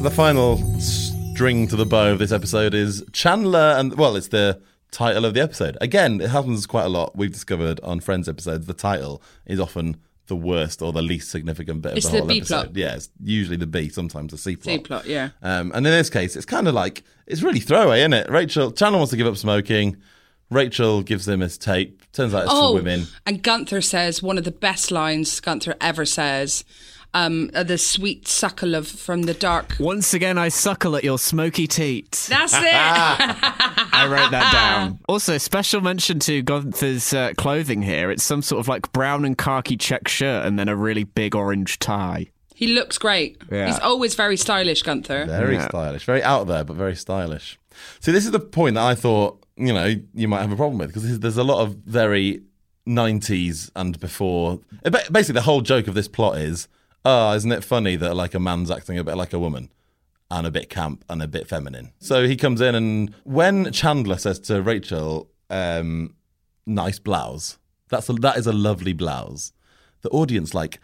S3: the final string to the bow of this episode is Chandler, and well, it's the title of the episode. Again, it happens quite a lot. We've discovered on Friends episodes, the title is often the worst or the least significant bit
S2: It's
S3: of the
S2: the
S3: whole
S2: B
S3: episode.
S2: plot.
S3: Yeah, it's usually the B, sometimes the C plot.
S2: C plot, yeah.
S3: Um, and in this case, it's kind of like it's really throwaway, isn't it? Rachel Chandler wants to give up smoking. Rachel gives him his tape. Turns out it's for women.
S2: Oh, and Gunther says one of the best lines Gunther ever says. Um, uh, the sweet suckle of from the dark.
S4: Once again I suckle at your
S3: [laughs]
S4: smoky teats.
S2: That's it.
S4: I wrote that down. Also, special mention to Gunther's uh, clothing here. It's some sort of like brown and khaki check shirt and then a really big orange tie.
S2: he looks great.
S4: Yeah.
S2: He's always very stylish, Gunther.
S3: Very stylish. Very out there, but very stylish. So this is the point that I thought, you know, you might have a problem with because there's a lot of very 90s and before. Eh, ba- Basically, the whole joke of this plot is, oh, isn't it funny that like a man's acting a bit like a woman? And a bit camp and a bit feminine. So he comes in, and when Chandler says to Rachel, um, "Nice blouse," that's a, that is a lovely blouse. The audience like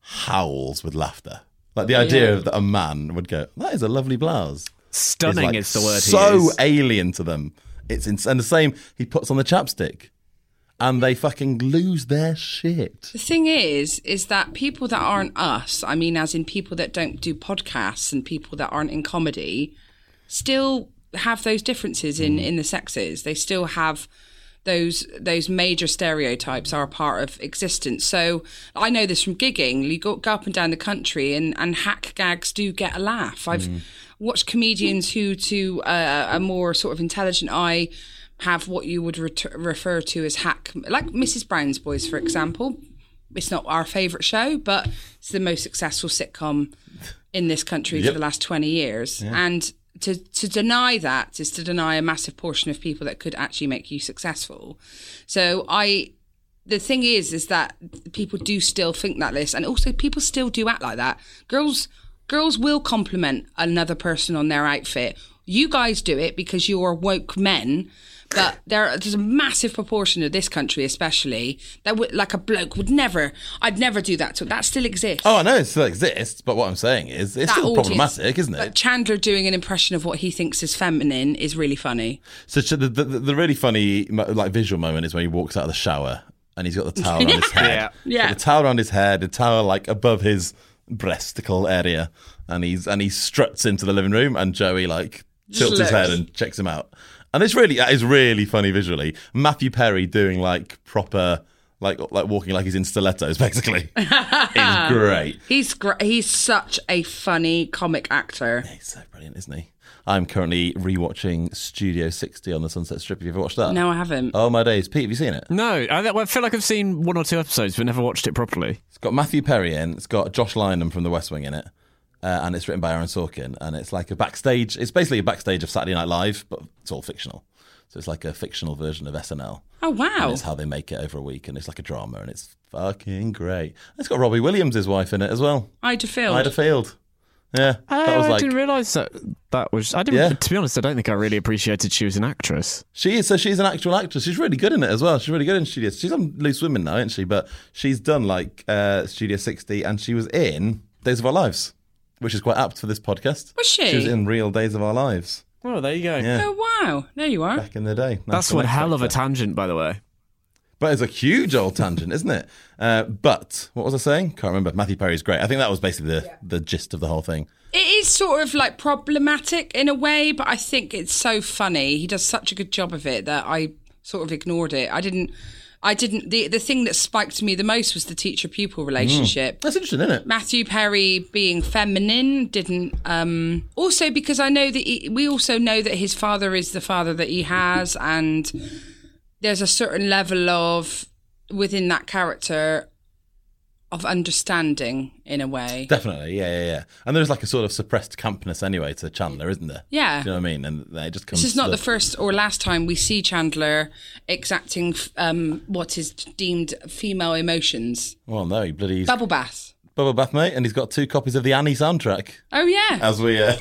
S3: howls with laughter. Like the idea of that a man would go, "That is a lovely blouse."
S4: Stunning
S3: like
S4: is the word. he
S3: So
S4: used.
S3: alien to them. It's ins- and the same. He puts on the chapstick, and they fucking lose their shit.
S2: The thing is, is that people that aren't us, I mean, as in people that don't do podcasts and people that aren't in comedy, still have those differences in in the sexes. They still have those those major stereotypes are a part of existence. So I know this from gigging. You go, go up and down the country, and and hack gags do get a laugh. I've watched comedians who, to uh, a more sort of intelligent eye, have what you would ret- refer to as hack, like Mrs. Brown's Boys, for example. It's not our favourite show, but it's the most successful sitcom in this country
S3: Yep.
S2: for the last 20 years. And to, to deny that is to deny a massive portion of people that could actually make you successful. So I the thing is is that people do still think that this and also people still do act like that girls girls will compliment another person on their outfit you guys do it because you are woke men but there, there's a massive proportion of this country especially that would like a bloke would never i'd never do that to that still exists
S3: Oh, I know it still exists, but what I'm saying is it's
S2: That
S3: still
S2: audience.
S3: problematic, isn't
S2: But
S3: it?
S2: Chandler doing an impression of what he thinks is feminine is really funny.
S3: So ch- the, the the really funny mo- like visual moment is when he walks out of the shower and he's got the towel around his head.
S2: Yeah.
S3: Got
S2: Yeah.
S3: the towel around his head, the towel like above his breasticle area, and he's and he struts into the living room, and Joey like tilts his
S2: looks.
S3: head and checks him out. And it's really that is really funny visually. Matthew Perry doing like proper like like walking like he's in stilettos [laughs] basically
S2: [laughs]
S3: is great.
S2: He's gr- he's such a funny comic actor.
S3: He's so brilliant, isn't he? I'm currently rewatching Studio 60 on the Sunset Strip. Have you ever watched that?
S2: No, I haven't.
S3: Oh my days, Pete! Have you seen it?
S4: No, I, I feel like I've seen one or two episodes but never watched it properly.
S3: It's got Matthew Perry in. It's got Josh Lynham from The West Wing in it, uh, and it's written by Aaron Sorkin. And it's like a backstage. It's basically a backstage of Saturday Night Live, but it's all fictional. So it's like a fictional version of SNL.
S2: Oh
S3: And
S2: wow!
S3: it's how they make it over a week, and it's like a drama, and it's fucking great. It's got Robbie Williams, his wife, in it as well.
S2: Ida Field.
S3: Ida Field. Yeah, that
S4: Oh,
S3: was
S4: I
S3: like
S4: didn't realise that that was. I didn't.
S3: Yeah.
S4: To be honest, I don't think I really appreciated she was an actress.
S3: She is. So she's an actual actress. She's really good in it as well. She's really good in Studio. She's on Loose Women now, isn't she? But she's done like uh, Studio 60, and she was in Days of Our Lives, which is quite apt for this podcast.
S2: Was she?
S3: She was in Real Days of Our Lives
S4: Oh, there you go.
S3: Yeah.
S2: Oh wow! There you are.
S3: back in the day. Nice
S4: That's
S3: little
S4: one
S3: X
S4: hell of a
S3: Factor.
S4: tangent, by the way.
S3: But it's a huge old tangent, isn't it? Uh, but what was I saying? Can't remember. Matthew Perry's great. I think that was basically the, the gist of the whole thing.
S2: It is sort of like problematic in a way, but I think it's so funny. He does such a good job of it that I sort of ignored it. I didn't. I didn't. The the thing that spiked me the most was the teacher pupil relationship.
S3: That's interesting, isn't it?
S2: Matthew Perry being feminine didn't. Um, also, because I know that he, we also know that his father is the father that he has, and there's a certain level of within that character of understanding in a way.
S3: Definitely, yeah, yeah, yeah. And there's like a sort of suppressed campness anyway to Chandler, isn't there?
S2: Yeah.
S3: Do you know what I mean? And it just comes.
S2: This is
S3: to
S2: not the first or last time we see Chandler exacting f- um, what is deemed female emotions.
S3: Well, no, he bloody
S2: Bubble bath.
S3: Bubba Bath, mate, and he's got two copies of the Annie soundtrack,
S2: Oh yeah.
S3: as we [laughs] uh,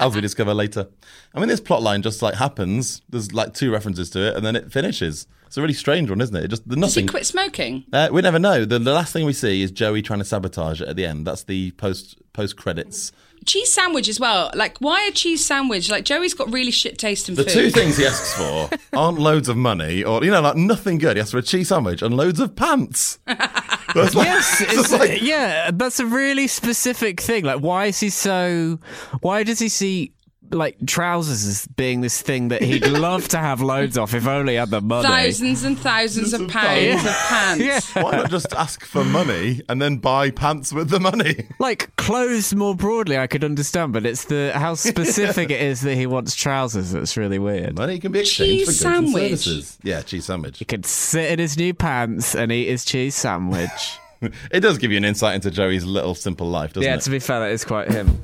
S3: as we discover later. I mean, this plot line just like happens. There's like two references to it, and then it finishes. It's a really strange one, isn't it? It just the
S2: Does he
S3: nothing.
S2: quit smoking?
S3: Uh, we never know. The, the last thing we see is Joey trying to sabotage it at the end. That's the post post credits.
S2: Cheese sandwich as well. Like why a cheese sandwich? Like Joey's got really shit taste in
S3: The
S2: food.
S3: two things he asks for [laughs] aren't loads of money, or you know, like nothing good. He asks for a cheese sandwich and loads of [laughs] pants. [laughs] That's like- it's
S4: Yes, it's,
S3: just like-
S4: yeah, that's a really specific thing. Like, why is he so? Why does he see like trousers as being this thing that [laughs] he'd love to have loads of if only he had the money?
S2: Thousands and thousands
S3: [laughs]
S2: of pounds of pants.
S3: Why not just ask for money and then buy pants with the money?
S4: Like clothes more broadly, I could understand, but it's the [laughs] how specific it is that he wants trousers that's really weird.
S3: Money can be exchanged
S2: Cheese
S3: for goods
S2: sandwich.
S3: and services. Yeah, cheese sandwich. [laughs]
S4: He could sit in his new pants and eat his cheese sandwich.
S3: It does give you an insight into Joey's little simple life, doesn't
S4: [laughs] yeah,
S3: it?
S4: to be fair, that is quite him.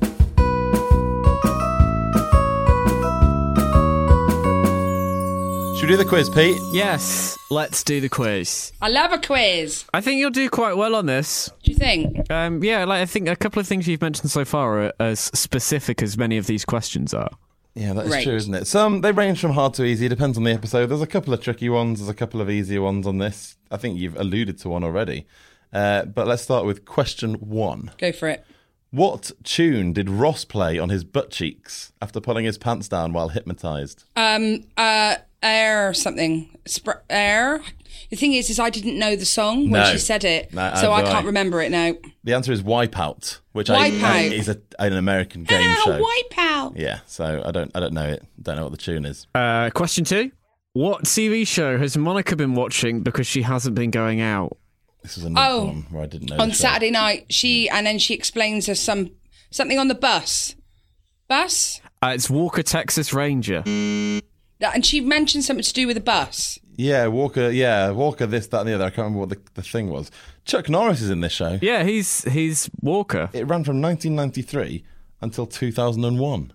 S3: Should we do the quiz, Pete?
S4: Yes, let's do the quiz.
S2: I love a quiz.
S4: I think you'll do quite well on this.
S2: Do you think?
S4: Um, yeah, like I think a couple of things you've mentioned so far are as specific as many of these questions are.
S3: Yeah, that is
S2: Right.
S3: true, isn't it? Some they range from hard to easy, depends on the episode. There's a couple of tricky ones, there's a couple of easier ones on this. I think you've alluded to one already. Uh, but let's start with question one.
S2: Go for it.
S3: What tune did Ross play on his butt cheeks after pulling his pants down while hypnotized?
S2: Um, uh, air or something. Spr- air. The thing is, is I didn't know the song when
S3: No.
S2: she said it,
S3: No, oh,
S2: so I
S3: neither do
S2: can't
S3: I.
S2: remember it now.
S3: The answer is Wipeout, which I, I
S2: Wipeout.
S3: is a, an American game
S2: Ah,
S3: show.
S2: Wipeout.
S3: Yeah, so I don't I don't know it. Don't know what the tune is.
S4: Uh, question two: What TV show has Monica been watching because she hasn't been going out?
S3: This was another
S2: Oh.
S3: one where I didn't know.
S2: on
S3: the show.
S2: Saturday night. She and then she explains her some something on the bus. Bus?
S4: Uh, it's Walker Texas Ranger.
S2: That- And she mentioned something to do with a bus.
S3: Yeah, Walker. Yeah, Walker. This, that, and the other. I can't remember what the, the thing was. Chuck Norris is in this show.
S4: Yeah, he's he's Walker.
S3: It ran from 1993 until 2001.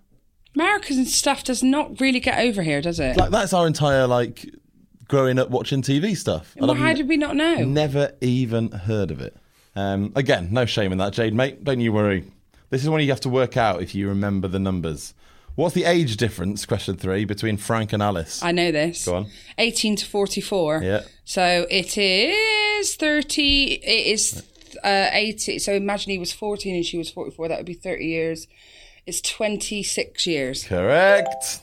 S2: American stuff does not really get over here, does it?
S3: Like that's our entire like growing up watching TV stuff. And
S2: well,
S3: I've
S2: how
S3: um, ne-
S2: did we not know?
S3: Never even heard of it. Um, again, no shame in that, Jade, mate. Don't you worry. This is when you have to work out if you remember the numbers. What's the age difference? Question three between Frank and Alice.
S2: I know this.
S3: Go on.
S2: 18 to 44.
S3: Yeah.
S2: So it is 30. It is uh, 80. So imagine he was 14 and she was 44. That would be 30 years. It's 26 years.
S3: Correct.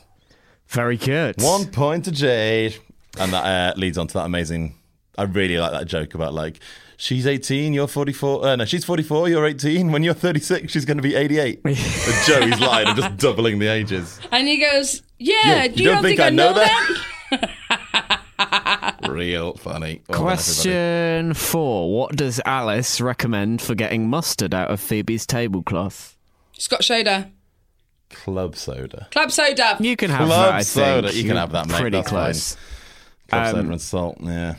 S4: Very good.
S3: One point to Jade. And that uh, leads on to that amazing. I really like that joke about like, she's 18, you're 44. Uh, no, she's 44, you're 18. When you're 36, she's going to
S2: [laughs]
S3: be 88. and Joey's lying. I'm just doubling the ages.
S2: And he goes, Yeah, Uh, do you, don't, think, I know that? [laughs]
S3: Real funny. Oh, Well done, everybody.
S4: Question four: What does Alice recommend for getting mustard out of Phoebe's tablecloth?
S2: Scott Soda.
S3: Club soda.
S2: Club Soda.
S4: You can have
S3: Club
S4: that. I
S3: soda.
S4: think.
S3: You can have that, mate.
S4: Pretty
S3: That's
S4: close.
S3: Club
S4: Um,
S3: soda and salt. Yeah.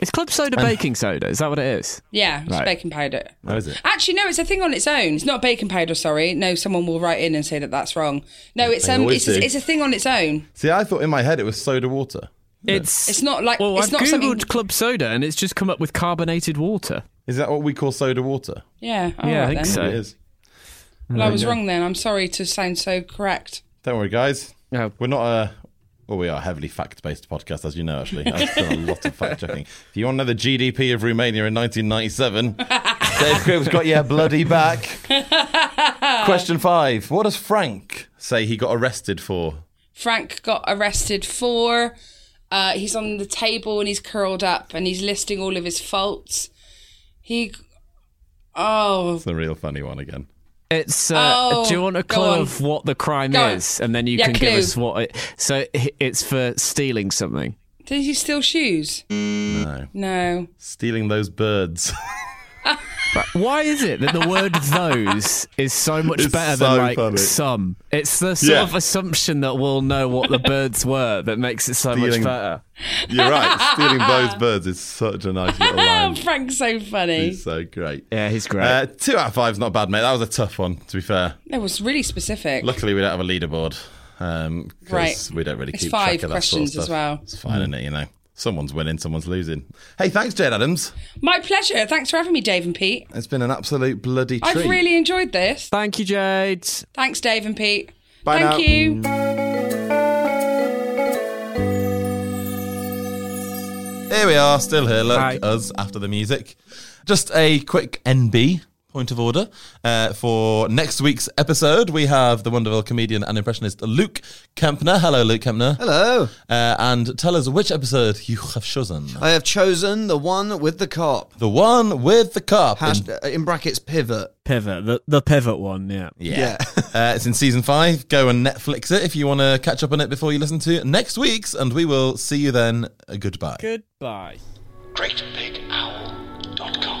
S4: It's club soda baking soda. Is that what it is?
S2: yeah, it's
S4: Right.
S2: baking powder.
S3: That is it.
S2: Actually, no, it's a thing on its own. It's not baking powder, sorry. No, someone will write in and say that that's wrong. No, it's
S3: They
S2: um,
S3: always
S2: it's,
S3: do.
S2: it's a thing on its own.
S3: See, I thought in my head it was soda water.
S4: It's
S2: It's not like-
S4: Well,
S2: it's
S4: I've
S2: not
S4: googled
S2: something-
S4: club soda and it's just come up with carbonated water.
S3: Is that what we call soda water?
S2: Yeah, all
S4: Yeah, I
S2: right
S4: think
S2: Oh, then.
S4: so.
S3: It is.
S2: Well, I was wrong then. I'm sorry to sound so correct.
S3: Don't worry, guys.
S4: No.
S3: We're not a. Well, we are a heavily fact based podcast, as you know, actually. I've done a lot of fact checking. If you want to know the GDP of Romania in 1997, Dave Cribb's got your bloody back. Question five What does Frank say he got arrested for?
S2: Frank got arrested for. Uh, he's on the table and he's curled up and he's listing all of his faults. He. Oh,
S3: It's a real funny one again.
S4: It's. Uh,
S2: Oh,
S4: do you want a
S2: go
S4: clue
S2: on.
S4: of what the crime
S2: Go on.
S4: is, and then you
S2: Yeah,
S4: can
S2: clue.
S4: give us what it? So i- it's for stealing something.
S2: did he steal shoes? No. No.
S3: Stealing those birds. [laughs]
S4: Why is it that the word "those" is so much
S3: It's
S4: better
S3: so
S4: than like
S3: funny.
S4: "some"? It's the sort
S3: Yeah.
S4: of assumption that we'll know what the birds were that makes it so
S3: Stealing-
S4: much better.
S3: You're right. Stealing those birds is such a nice little
S2: Oh,
S3: line.
S2: Frank's so funny.
S3: It's so great.
S4: Yeah, he's great.
S3: Uh, two out of five's not bad, mate. That was a tough one, to be fair.
S2: That was really specific.
S3: Luckily, we don't have a leaderboard. Um, 'cause
S2: Right.
S3: We don't really
S2: It's
S3: keep
S2: five
S3: track of that
S2: questions
S3: sort of
S2: as
S3: stuff.
S2: well.
S3: It's fine, isn't it? You know, someone's winning, someone's losing. Hey, thanks, Jade Adams.
S2: My pleasure. Thanks for having me, Dave and Pete.
S3: It's been an absolute bloody treat.
S2: I've really enjoyed this.
S4: Thank you, Jade.
S2: Thanks, Dave and Pete.
S3: Bye
S2: Thank
S3: now.
S2: you.
S3: Here we are, still here. Look,
S4: Hi.
S3: us after the music. Just a quick NB point of order uh, for next week's episode. We have the wonderful comedian and impressionist Luke Kempner. Hello, Luke Kempner.
S7: Hello.
S3: Uh, and tell us which episode you have chosen.
S7: I have chosen the one with the cop.
S3: The one with the cop. in-
S7: Hasht- in brackets, pivot.
S4: Pivot, the, the pivot one, yeah.
S3: yeah. [laughs] uh, it's in season five. Go and Netflix it if you want to catch up on it before you listen to next week's. And we will see you then. Uh, Goodbye.
S4: Goodbye.
S1: GreatBigOwl.com.